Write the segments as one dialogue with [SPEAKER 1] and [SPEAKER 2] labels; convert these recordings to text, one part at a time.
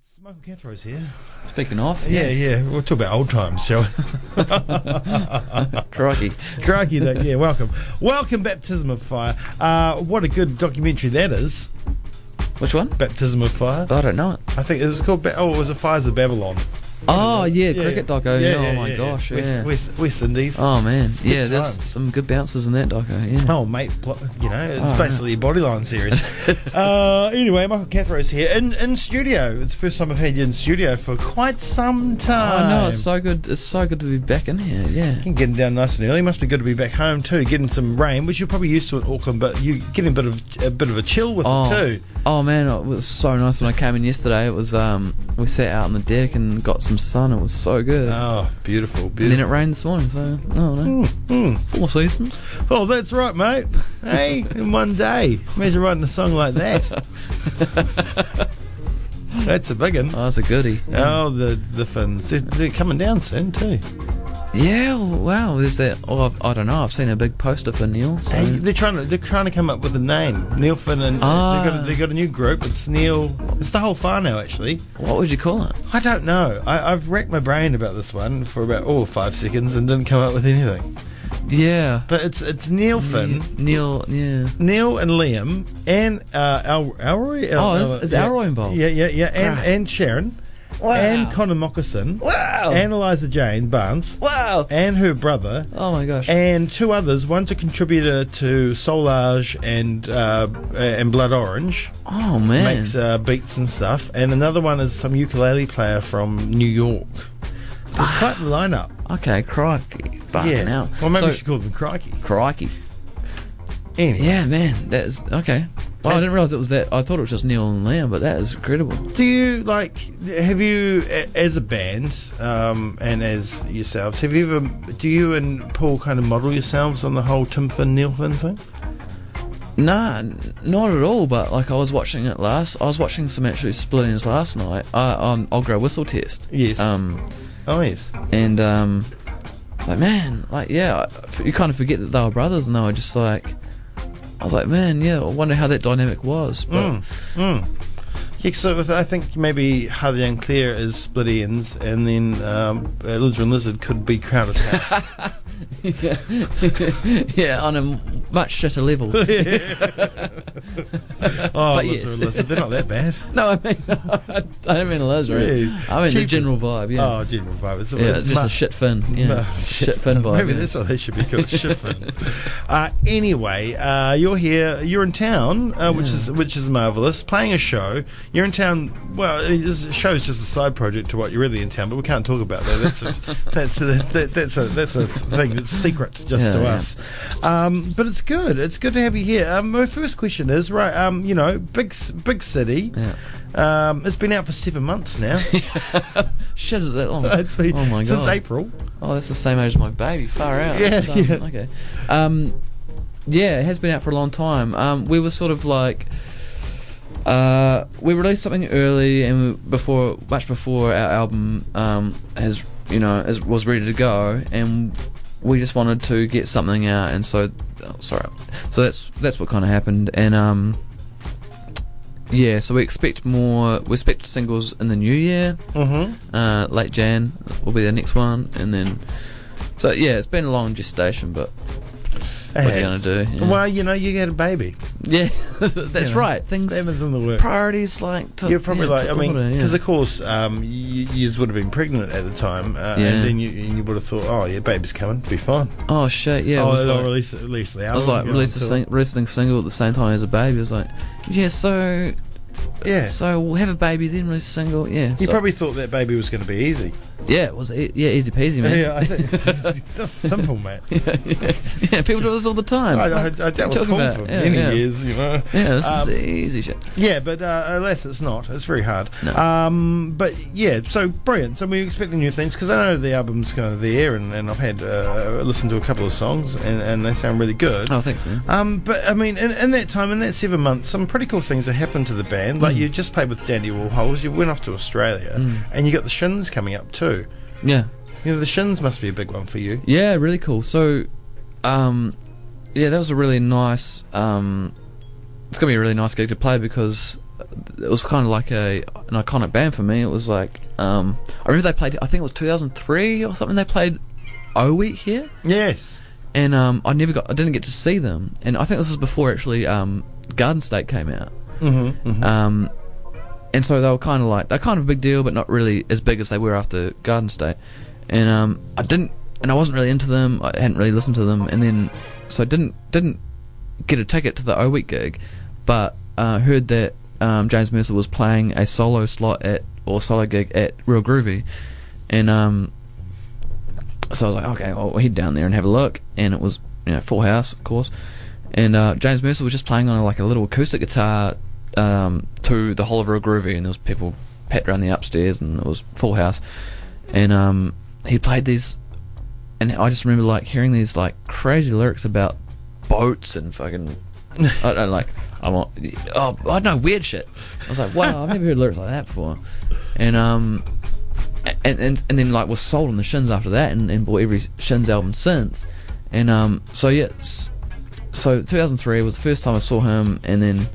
[SPEAKER 1] It's Michael Cathrow's here.
[SPEAKER 2] Speaking of,
[SPEAKER 1] Yeah,
[SPEAKER 2] yes.
[SPEAKER 1] yeah. We'll talk about old times, shall we?
[SPEAKER 2] Crikey.
[SPEAKER 1] Crikey, that. Yeah, welcome. Welcome, Baptism of Fire. Uh, what a good documentary that is.
[SPEAKER 2] Which one?
[SPEAKER 1] Baptism of Fire.
[SPEAKER 2] I don't know it.
[SPEAKER 1] I think it was called. Ba- oh, it was the Fires of Babylon.
[SPEAKER 2] Oh yeah,
[SPEAKER 1] Yeah,
[SPEAKER 2] cricket
[SPEAKER 1] yeah.
[SPEAKER 2] doco.
[SPEAKER 1] Yeah,
[SPEAKER 2] Yeah,
[SPEAKER 1] yeah,
[SPEAKER 2] oh my
[SPEAKER 1] yeah, yeah.
[SPEAKER 2] gosh, yeah.
[SPEAKER 1] West, West, West Indies. Oh.
[SPEAKER 2] oh man, yeah.
[SPEAKER 1] Good
[SPEAKER 2] There's
[SPEAKER 1] times.
[SPEAKER 2] some good bounces in that doco. Yeah.
[SPEAKER 1] Oh, mate, pl- you know, it's
[SPEAKER 2] Oh,
[SPEAKER 1] basically a bodyline series. uh, anyway, Michael Cathrow's here in, in studio. It's the first time I've had you in studio for quite some
[SPEAKER 2] I
[SPEAKER 1] time.
[SPEAKER 2] know it's so good. It's so good to be back in here. Yeah.
[SPEAKER 1] And Getting down nice and early must be good to be back home too. Getting some rain, which you're probably used to in Auckland, but you getting a bit of a bit of a chill with
[SPEAKER 2] Oh,
[SPEAKER 1] it too.
[SPEAKER 2] oh man, it was so nice when I came in yesterday. It was um, we sat out on the deck and got some sun. It was so good.
[SPEAKER 1] Oh, beautiful,
[SPEAKER 2] and then it
[SPEAKER 1] beautiful.
[SPEAKER 2] rained this morning, so I don't know. Four seasons.
[SPEAKER 1] Oh, that's right, mate. Hey, in one day, imagine writing a song like that. that's a big one.
[SPEAKER 2] Oh, that's a goodie.
[SPEAKER 1] Oh, the the fins, they're, they're coming down soon too.
[SPEAKER 2] Yeah. well, Wow. There's that. Oh, I've, I don't know. I've seen a big poster for Neil. So.
[SPEAKER 1] Hey, they're trying to they're trying to come up with a name. Neil Finn and
[SPEAKER 2] Ah.
[SPEAKER 1] they've got a, they've got a new group. It's Neil. It's the whole far now actually.
[SPEAKER 2] What would you call it?
[SPEAKER 1] I don't know. I, I've racked my brain about this one for about oh five seconds and didn't come up with anything.
[SPEAKER 2] Yeah.
[SPEAKER 1] But it's it's Neil Finn,
[SPEAKER 2] Mm. Neil, yeah.
[SPEAKER 1] Neil and Liam, and uh, Al, Alroy. Al-
[SPEAKER 2] Oh, is-
[SPEAKER 1] Al-
[SPEAKER 2] is
[SPEAKER 1] yeah.
[SPEAKER 2] Alroy involved?
[SPEAKER 1] Yeah, yeah, yeah. And
[SPEAKER 2] Right.
[SPEAKER 1] and Sharon, and Connor Moccasin,
[SPEAKER 2] Wow.
[SPEAKER 1] and Eliza Jane Barnes,
[SPEAKER 2] wow.
[SPEAKER 1] and her brother.
[SPEAKER 2] Oh my gosh.
[SPEAKER 1] And two others. One's a contributor to Solarge and uh, and Blood Orange,
[SPEAKER 2] oh man.
[SPEAKER 1] makes uh, beats and stuff. And another one is some ukulele player from New York. There's quite a lineup.
[SPEAKER 2] okay, crikey. Fucking
[SPEAKER 1] yeah.
[SPEAKER 2] hell.
[SPEAKER 1] Well, maybe
[SPEAKER 2] So-
[SPEAKER 1] we should call them Crikey.
[SPEAKER 2] crikey.
[SPEAKER 1] Anyway,
[SPEAKER 2] Yeah, man. That's okay. Well, I didn't realize it was that. I thought it was just Neil and Liam, but that is incredible.
[SPEAKER 1] do you like? Have you, a- as a band, um, and as yourselves, have you ever? Do you and Paul kind of model yourselves on the whole Tim Finn Neil Finn thing?
[SPEAKER 2] Nah, n- not at all. But like, I was watching it last. I was watching some actually splittings last night. I um, I'll grow whistle test.
[SPEAKER 1] Yes.
[SPEAKER 2] Um,
[SPEAKER 1] Oh yes.
[SPEAKER 2] and um, it's like man, like yeah, I- you kind of forget that they were brothers, and they were just like, I was like, man, yeah, I wonder how that dynamic was. But
[SPEAKER 1] Mm. Yeah, so with, I think maybe Harvey and Claire is split ends, and then um, uh, Lizard and Lizard could be crowded house.
[SPEAKER 2] yeah, on a m- much shitter level. no,
[SPEAKER 1] oh,
[SPEAKER 2] But
[SPEAKER 1] Lizard and
[SPEAKER 2] yes.
[SPEAKER 1] Lizard, they're not that bad.
[SPEAKER 2] I mean, I don't mean Lazarus.
[SPEAKER 1] Yeah,
[SPEAKER 2] I mean the
[SPEAKER 1] cheaper.
[SPEAKER 2] general vibe. Yeah,
[SPEAKER 1] Oh, general vibe. It's,
[SPEAKER 2] yeah, it's just
[SPEAKER 1] mu-
[SPEAKER 2] a shit fin. Yeah,
[SPEAKER 1] No,
[SPEAKER 2] shit fin vibe.
[SPEAKER 1] Maybe
[SPEAKER 2] yeah.
[SPEAKER 1] that's what they should be called, shit fin. Uh, anyway, uh, you're here. You're in town, uh, which is which is marvelous. Playing a show. You're in town. Well, it is- the show is just a side project to what you're really in town, but we can't talk about that. That's a, that's a, that, that's a that's a thing that's secret just
[SPEAKER 2] Yeah,
[SPEAKER 1] to
[SPEAKER 2] yeah.
[SPEAKER 1] us. Um, but it's good. It's good to have you here. Um, my first question is right. Um, you know, big c- big city.
[SPEAKER 2] Yeah.
[SPEAKER 1] Um, it's been out for seven months now.
[SPEAKER 2] Shit is that long?
[SPEAKER 1] it's been
[SPEAKER 2] oh my god!
[SPEAKER 1] since April.
[SPEAKER 2] Oh, that's the same age as my baby. Far out.
[SPEAKER 1] Yeah,
[SPEAKER 2] Um,
[SPEAKER 1] yeah.
[SPEAKER 2] Okay. Um, yeah, it has been out for a long time. Um, we were sort of like. Uh, we released something early and we- before, much before our album um, has, you know, is, was ready to go, and we just wanted to get something out, and so, oh, sorry, so that's that's what kind of happened, and um, yeah, so we expect more, we expect singles in the new year,
[SPEAKER 1] Mm-hmm.
[SPEAKER 2] uh, late Jan will be the next one, and then so yeah, it's been a long gestation, but what are you gonna do? Yeah,
[SPEAKER 1] Well, you know, you get a baby.
[SPEAKER 2] Yeah, that's
[SPEAKER 1] you know.
[SPEAKER 2] right. Things
[SPEAKER 1] Spammers in the work.
[SPEAKER 2] priorities like to,
[SPEAKER 1] You're probably
[SPEAKER 2] yeah,
[SPEAKER 1] like,
[SPEAKER 2] to
[SPEAKER 1] I mean,
[SPEAKER 2] order, yeah.
[SPEAKER 1] because of course, um, you, you would have been pregnant at the time, uh,
[SPEAKER 2] Yeah.
[SPEAKER 1] and then you, and you would have thought, oh yeah, baby's coming, be fine.
[SPEAKER 2] oh shit, yeah,
[SPEAKER 1] oh,
[SPEAKER 2] I was
[SPEAKER 1] they'll
[SPEAKER 2] like,
[SPEAKER 1] release release the album.
[SPEAKER 2] I was like
[SPEAKER 1] you know,
[SPEAKER 2] released a
[SPEAKER 1] until-
[SPEAKER 2] sing- wrestling single at the same time as a baby. I was like, yeah, so
[SPEAKER 1] Yeah,
[SPEAKER 2] so we'll have a baby then release a single, yeah.
[SPEAKER 1] you
[SPEAKER 2] so-
[SPEAKER 1] probably thought that baby was going to be easy.
[SPEAKER 2] yeah, it was e- yeah easy peasy, man.
[SPEAKER 1] Yeah, I think that's simple, mate.
[SPEAKER 2] yeah, people do this all the time.
[SPEAKER 1] I, I, I
[SPEAKER 2] What
[SPEAKER 1] dealt
[SPEAKER 2] you
[SPEAKER 1] with
[SPEAKER 2] talking
[SPEAKER 1] Paul
[SPEAKER 2] about?
[SPEAKER 1] for
[SPEAKER 2] Yeah,
[SPEAKER 1] many
[SPEAKER 2] yeah.
[SPEAKER 1] years, you know.
[SPEAKER 2] Yeah, this
[SPEAKER 1] Um,
[SPEAKER 2] is easy shit.
[SPEAKER 1] Yeah, but uh, alas, it's not. It's very hard.
[SPEAKER 2] No.
[SPEAKER 1] Um, but yeah, so brilliant. So we're expecting new things because I know the album's kind of there, and, and I've had uh, listened to a couple of songs, and, and they sound really good.
[SPEAKER 2] Oh, thanks, man.
[SPEAKER 1] Um, but I mean, in, in that time, in that seven months, some pretty cool things have happened to the band.
[SPEAKER 2] Mm.
[SPEAKER 1] Like you just played with Dandy Warhols, you went off to Australia, and you got the Shins coming up too.
[SPEAKER 2] Yeah.
[SPEAKER 1] You know, the Shins must be a big one for you.
[SPEAKER 2] Yeah, really cool. So, um, yeah, that was a really nice. Um, it's gonna be a really nice gig to play because it was kind of like a an iconic band for me. It was like um, I remember they played. I think it was 2003 or something. They played O Week here,
[SPEAKER 1] Yes.
[SPEAKER 2] and um, I never got. I didn't get to see them. And I think this was before actually um, Garden State came out.
[SPEAKER 1] Mm-hmm,
[SPEAKER 2] Um, and so they were kind of like they're kind of a big deal, but not really as big as they were after Garden State. And um, I didn't, and I wasn't really into them. I hadn't really listened to them, and then so I didn't didn't get a ticket to the O Week gig, but uh, heard that um, James Mercer was playing a solo slot at or solo gig at Real Groovy, and um, so I was like, okay, I'll head down there and have a look. And it was, you know, full house, of course. And uh, James Mercer was just playing on like a little acoustic guitar um, to the whole of Real Groovy, and there was people packed around the upstairs, and it was full house. And um, he played these, and I just remember like hearing these like crazy lyrics about boats and fucking, I don't know, like I want, oh, I don't know, weird shit. I was like, wow, I've never heard lyrics like that before. And um, and and, and then like was sold on the Shins after that, and, and bought every Shins album since. And um, so yeah, s- so 2003 was the first time I saw him, and then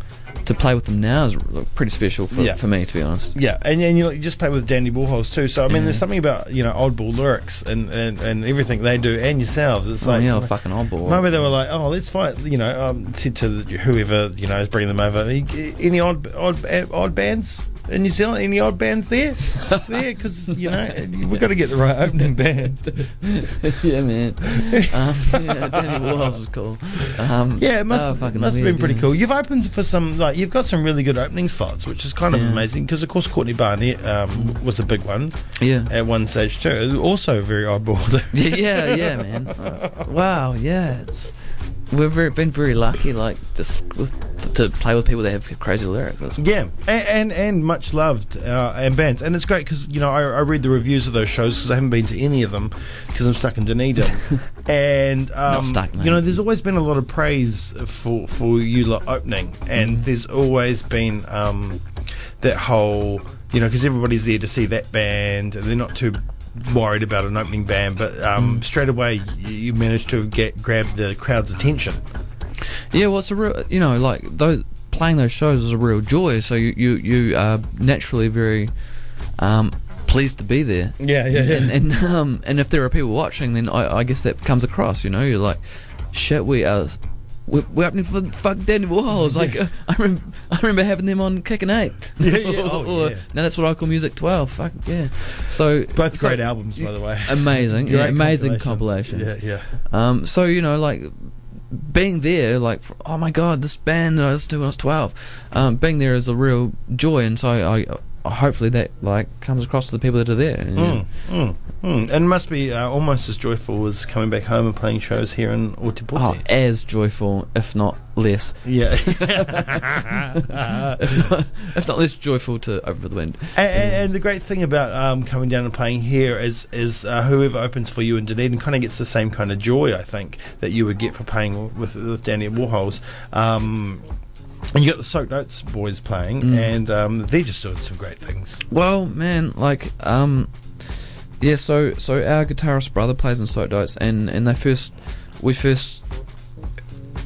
[SPEAKER 2] to play with them now is like, pretty special for,
[SPEAKER 1] Yeah.
[SPEAKER 2] for me, to be honest.
[SPEAKER 1] Yeah, and and you, you just play with Dandy Warhols too. So I mean,
[SPEAKER 2] Yeah.
[SPEAKER 1] there's something about you know oddball lyrics and, and, and everything they do, and yourselves. It's
[SPEAKER 2] Oh,
[SPEAKER 1] like
[SPEAKER 2] yeah, fucking oddball.
[SPEAKER 1] Maybe they were like, oh, let's fight. You know, um, to, to whoever you know is bringing them over. Any odd odd odd bands in New Zealand? Any odd bands there? there, because you know we've got to get the right opening band.
[SPEAKER 2] yeah, man. Um, yeah, Danny Warhol was cool. Um,
[SPEAKER 1] Yeah, it
[SPEAKER 2] oh,
[SPEAKER 1] must,
[SPEAKER 2] fucking
[SPEAKER 1] must have
[SPEAKER 2] weird,
[SPEAKER 1] been pretty
[SPEAKER 2] yeah.
[SPEAKER 1] cool. You've opened for some, like, you've got some really good opening slots, which is kind of
[SPEAKER 2] Yeah.
[SPEAKER 1] amazing because, of course, Courtney Barnett um, was a big one
[SPEAKER 2] Yeah.
[SPEAKER 1] at one stage, too. Also, very oddball.
[SPEAKER 2] yeah, yeah, yeah, man. Wow, yeah. It's, we've very, been very lucky, like just with, to play with people that have crazy lyrics. That's
[SPEAKER 1] Yeah, and and, and much loved uh, and bands, and it's great because you know I, I read the reviews of those shows because I haven't been to any of them because I'm stuck in Dunedin, and um,
[SPEAKER 2] stuck, mate.
[SPEAKER 1] you know there's always been a lot of praise for for you lot opening,
[SPEAKER 2] Mm-hmm.
[SPEAKER 1] and there's always been um, that whole you know because everybody's there to see that band, and they're not too worried about an opening band, but
[SPEAKER 2] Mm.
[SPEAKER 1] um, straight away you, you manage to get grab the crowd's attention.
[SPEAKER 2] Yeah, well, it's a real, you know, like those playing those shows is a real joy. So you you you are naturally very um, pleased to be there.
[SPEAKER 1] Yeah, yeah, yeah.
[SPEAKER 2] And and um, and if there are people watching, then I, I guess that comes across. You know, you're like, shit, we are. We're, we're opening for fuck Danny Warhols. Like uh, I remember, I remember having them on Kickin' Eight.
[SPEAKER 1] Yeah, yeah, oh,
[SPEAKER 2] Or-
[SPEAKER 1] yeah.
[SPEAKER 2] Now that's what I call Music Twelve. Fuck yeah. So
[SPEAKER 1] Both
[SPEAKER 2] so-
[SPEAKER 1] great albums, by the way.
[SPEAKER 2] Amazing, yeah,
[SPEAKER 1] Great
[SPEAKER 2] amazing
[SPEAKER 1] compilation.
[SPEAKER 2] compilations.
[SPEAKER 1] Yeah, yeah.
[SPEAKER 2] Um, so you know, like being there, like f oh my god, this band that I listened to when I was twelve, um, being there is a real joy, and so I, I hopefully that like comes across to the people that are there. you know.
[SPEAKER 1] Mm, mm, mm. And it must be uh, almost as joyful as coming back home and playing shows here in
[SPEAKER 2] Oh,
[SPEAKER 1] Otipote.
[SPEAKER 2] as joyful, if not less,
[SPEAKER 1] Yeah.
[SPEAKER 2] if, not, if not less joyful to Over the Wind.
[SPEAKER 1] and, and, and the great thing about um, coming down and playing here is is uh, whoever opens for you in Dunedin kind of gets the same kind of joy, I think, that you would get for playing with, with Danny at Warhols. Um, and you got the Soaked Oats boys playing,
[SPEAKER 2] Mm.
[SPEAKER 1] and um, they're just doing some great things.
[SPEAKER 2] Well, man, like, um, yeah. So, so our guitarist brother plays in Soap Dotes, and and they first, we first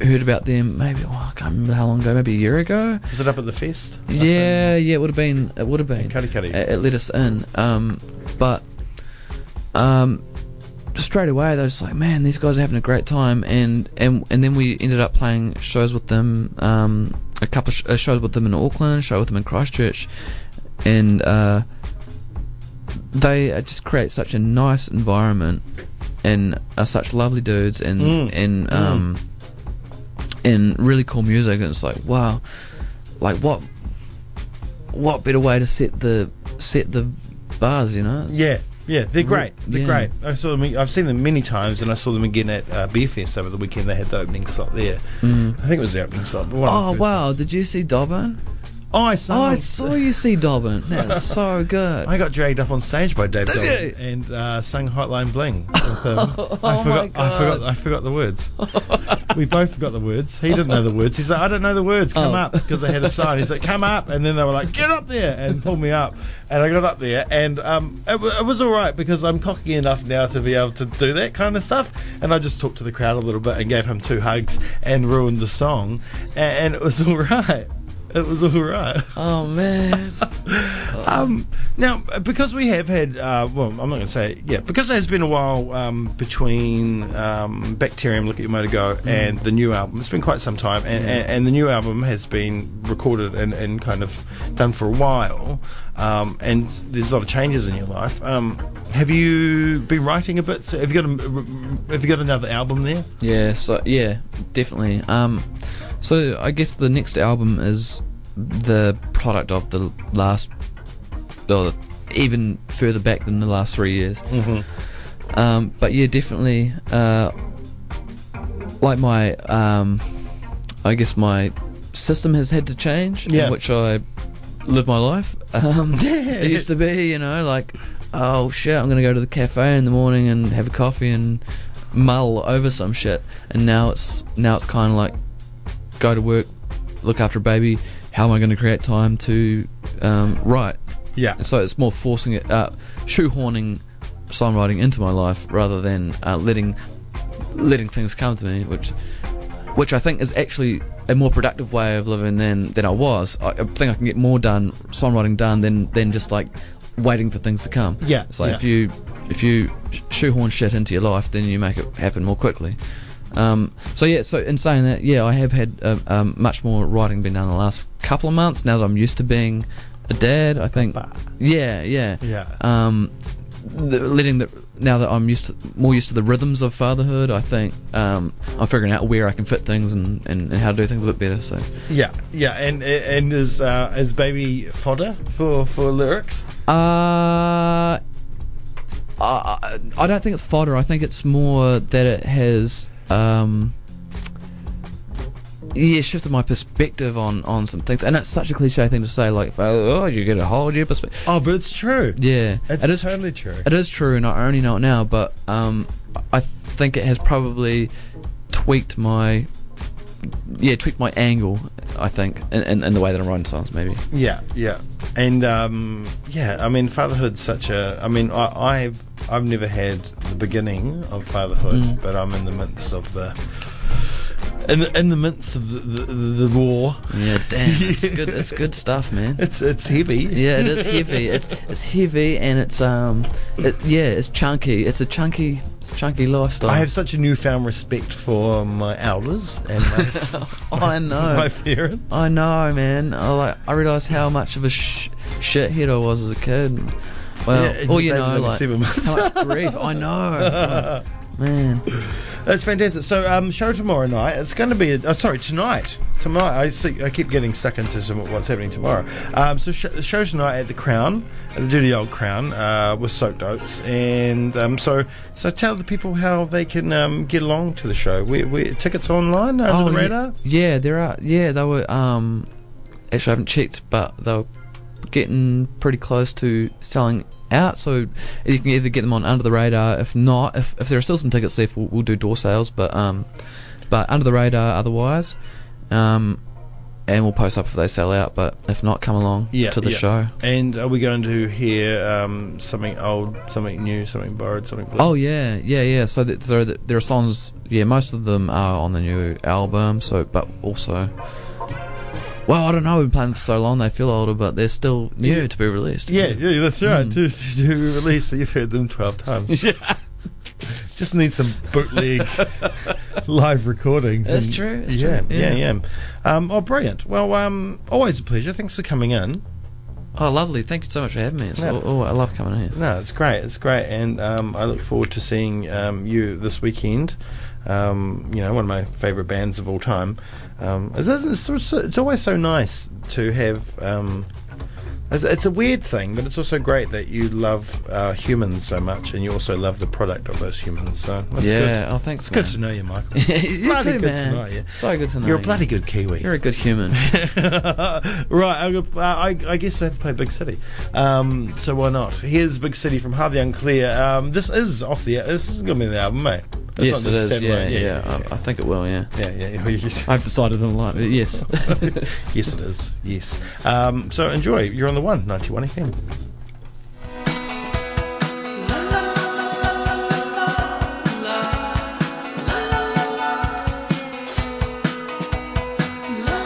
[SPEAKER 2] heard about them maybe oh, I can't remember how long ago, maybe a year ago.
[SPEAKER 1] Was it up at the fest? Up
[SPEAKER 2] Yeah, yeah, it would have been. It would have been.
[SPEAKER 1] in Karikari?
[SPEAKER 2] It, it let us in, um, but um, straight away they were just like, man, these guys are having a great time, and and and then we ended up playing shows with them, um, a couple of sh- uh, shows with them in Auckland, a show with them in Christchurch, and uh, they uh, just create such a nice environment, and are such lovely dudes, and
[SPEAKER 1] Mm.
[SPEAKER 2] and um, and really cool music, and it's like, wow, like what what better way to set the set the bars, you know? It's-
[SPEAKER 1] Yeah, yeah, they're great. They're
[SPEAKER 2] yeah.
[SPEAKER 1] great. I saw them. I've seen them many times, and I saw them again at uh, Beer Fest over the weekend. They had the opening slot there.
[SPEAKER 2] Mm.
[SPEAKER 1] I think it was the opening slot. but one of the
[SPEAKER 2] Oh
[SPEAKER 1] first
[SPEAKER 2] wow! Did you see Dobbin?
[SPEAKER 1] ones. Oh, I saw.
[SPEAKER 2] Oh, I
[SPEAKER 1] them.
[SPEAKER 2] saw you see Dobbin. That's so good.
[SPEAKER 1] I got dragged up on stage by Dave
[SPEAKER 2] Did
[SPEAKER 1] Dolan
[SPEAKER 2] you? Oh
[SPEAKER 1] and uh, sang Hotline Bling. With him. I
[SPEAKER 2] my
[SPEAKER 1] forgot. I
[SPEAKER 2] God.
[SPEAKER 1] forgot. I forgot the words. we both forgot the words. He didn't know the words. He's like, I don't know the words. Come
[SPEAKER 2] Oh.
[SPEAKER 1] up because they had a sign. He's like, come up, and then they were like, get up there, and pulled me up, and I got up there, and um, it, wa- it was all right because I'm cocky enough now to be able to do that kind of stuff, and I just talked to the crowd a little bit and gave him two hugs and ruined the song, and, and it was all right. It was all right.
[SPEAKER 2] Oh man.
[SPEAKER 1] Um, now, because we have had, uh, well, I'm not going to say, it, yeah, because there's been a while um, between um, Bacterium, Look at Your Motor Go, and the new album. It's been quite some time, and, and, and the new album has been recorded and, and kind of done for a while, um, and there's a lot of changes in your life. Um, have you been writing a bit? So have you got a, have you got another album there?
[SPEAKER 2] yeah. So yeah, definitely. Um, so I guess the next album is the product of the last, or even further back than the last three years.
[SPEAKER 1] Mm-hmm.
[SPEAKER 2] Um, but yeah, definitely. Uh, like my, um, I guess my system has had to change
[SPEAKER 1] Yeah.
[SPEAKER 2] in which I live my life. Um,
[SPEAKER 1] Yeah.
[SPEAKER 2] It used to be, you know, like, oh shit, I'm gonna go to the cafe in the morning and have a coffee and mull over some shit. And now it's now it's kind of like, go to work, look after a baby. How am I going to create time to um, write?
[SPEAKER 1] Yeah.
[SPEAKER 2] So it's more forcing it, uh, shoehorning songwriting into my life rather than uh, letting letting things come to me, which which I think is actually a more productive way of living than than I was. I, I think I can get more done songwriting done than than just like waiting for things to come.
[SPEAKER 1] Yeah,
[SPEAKER 2] It's like if
[SPEAKER 1] yeah.
[SPEAKER 2] you if you sh- shoehorn shit into your life, then you make it happen more quickly. Um, so yeah, so in saying that, yeah, I have had uh, um, much more writing been done the last couple of months. Now that I'm used to being a dad, I think
[SPEAKER 1] Papa.
[SPEAKER 2] yeah, yeah.
[SPEAKER 1] Yeah.
[SPEAKER 2] Um, the, letting the now that I'm used to more used to the rhythms of fatherhood, I think um, I'm figuring out where I can fit things and, and, and how to do things a bit better. So
[SPEAKER 1] Yeah, yeah, and and is uh, is baby fodder for for lyrics?
[SPEAKER 2] Uh, I, I don't think it's fodder. I think it's more that it has, um, yeah, shifted my perspective on, on some things. And it's such a cliche thing to say, like, oh, you get a whole new perspective.
[SPEAKER 1] Oh, but it's true.
[SPEAKER 2] Yeah,
[SPEAKER 1] It's
[SPEAKER 2] it is.
[SPEAKER 1] totally true.
[SPEAKER 2] It is true, and I only know it now. But um, I think it has probably tweaked my, yeah, tweaked my angle. I think, in, in, in the way that I'm writing songs, maybe.
[SPEAKER 1] Yeah, yeah, and um, yeah. I mean, fatherhood's such a. I mean, I, I've I've never had the beginning of fatherhood,
[SPEAKER 2] Mm.
[SPEAKER 1] but I'm in the midst of the. In the, in the midst of the, the, the war,
[SPEAKER 2] Yeah, damn, it's good. It's good stuff, man.
[SPEAKER 1] it's it's heavy.
[SPEAKER 2] Yeah, it is heavy. It's it's heavy and it's um, it, yeah, it's chunky. It's a chunky, it's a chunky lifestyle.
[SPEAKER 1] I have such a newfound respect for my elders and my,
[SPEAKER 2] Oh, I know.
[SPEAKER 1] my parents.
[SPEAKER 2] I know, man. I like. I realised how much of a sh- shithead I was as a kid. Well,
[SPEAKER 1] Yeah, your
[SPEAKER 2] or you
[SPEAKER 1] baby's
[SPEAKER 2] know,
[SPEAKER 1] only
[SPEAKER 2] like
[SPEAKER 1] seven months.
[SPEAKER 2] how much grief. I know, man.
[SPEAKER 1] That's fantastic. So, um, show tomorrow night. It's going to be. A, oh, sorry, tonight. Tonight. I see. I keep getting stuck into some, what's happening tomorrow. Um, so, sh- the show tonight at the Crown, at the Dirty Old Crown, uh, with Soaked Oats, and um, so so tell the people how they can um, get along to the show. We, we tickets online under the
[SPEAKER 2] Oh, yeah.
[SPEAKER 1] radar.
[SPEAKER 2] Yeah, there are. Yeah, they were. Um, actually, I haven't checked, but they were getting pretty close to selling out. So you can either get them on under the radar. If not, if, if there are still some tickets left, we'll, we'll do door sales. But um, but under the radar otherwise. Um, and we'll post up if they sell out. But if not, come along
[SPEAKER 1] Yeah,
[SPEAKER 2] to the
[SPEAKER 1] yeah.
[SPEAKER 2] show.
[SPEAKER 1] And are we going to hear um, something old, something new, something borrowed, something? Blue?
[SPEAKER 2] Oh yeah, yeah, yeah. So th- there, are- there are songs. Yeah, most of them are on the new album. So, but also, well, I don't know. We've been playing for so long; they feel older, but they're still new
[SPEAKER 1] Yeah.
[SPEAKER 2] to be released.
[SPEAKER 1] Yeah, yeah, that's right.
[SPEAKER 2] Mm.
[SPEAKER 1] To, to release, so you've heard them twelve times. Yeah. Just need some bootleg live recordings.
[SPEAKER 2] That's true, that's
[SPEAKER 1] yeah,
[SPEAKER 2] true,
[SPEAKER 1] yeah, yeah,
[SPEAKER 2] yeah.
[SPEAKER 1] Um, oh, brilliant. Well, um, always a pleasure. Thanks for coming in.
[SPEAKER 2] Oh, lovely! Thank you so much for having me. It's,
[SPEAKER 1] Yeah.
[SPEAKER 2] oh, oh, I love coming here.
[SPEAKER 1] No, it's great. It's great, and um, I look forward to seeing um, you this weekend. Um, you know, one of my favourite bands of all time. Um, it's, it's, it's- it's always so nice to have. Um, it's, it's a weird thing, but it's also great that you love uh, humans so much, and you also love the product of those humans. So that's
[SPEAKER 2] yeah.
[SPEAKER 1] good.
[SPEAKER 2] Oh, thanks.
[SPEAKER 1] It's good to know you, Michael.
[SPEAKER 2] it's
[SPEAKER 1] it's bloody good to know you.
[SPEAKER 2] So good to know.
[SPEAKER 1] You're a
[SPEAKER 2] you.
[SPEAKER 1] bloody good Kiwi.
[SPEAKER 2] You're a good human.
[SPEAKER 1] right, I'm gonna, uh, I, I guess I have to play Big City. Um, so why not? Here's Big City from Hardly Unclear. Um, this is off the. This is gonna be the album, mate. That's
[SPEAKER 2] yes, it
[SPEAKER 1] not just standalone.
[SPEAKER 2] is. Yeah, um, yeah. I,
[SPEAKER 1] yeah,
[SPEAKER 2] I think it will. Yeah.
[SPEAKER 1] yeah, yeah, yeah, yeah.
[SPEAKER 2] I've decided on like it, yes.
[SPEAKER 1] yes, it is. Yes. Um, so enjoy. You're on the one ninety one FM.
[SPEAKER 3] La la la la la la la la la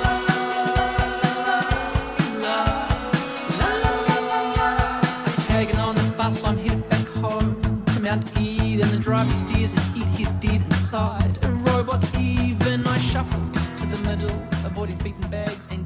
[SPEAKER 3] la la la bus, I'm headed back home to Mount Eden. The driver steers and eat his dead inside. A robot even, I shuffle to the middle, avoiding beaten bags and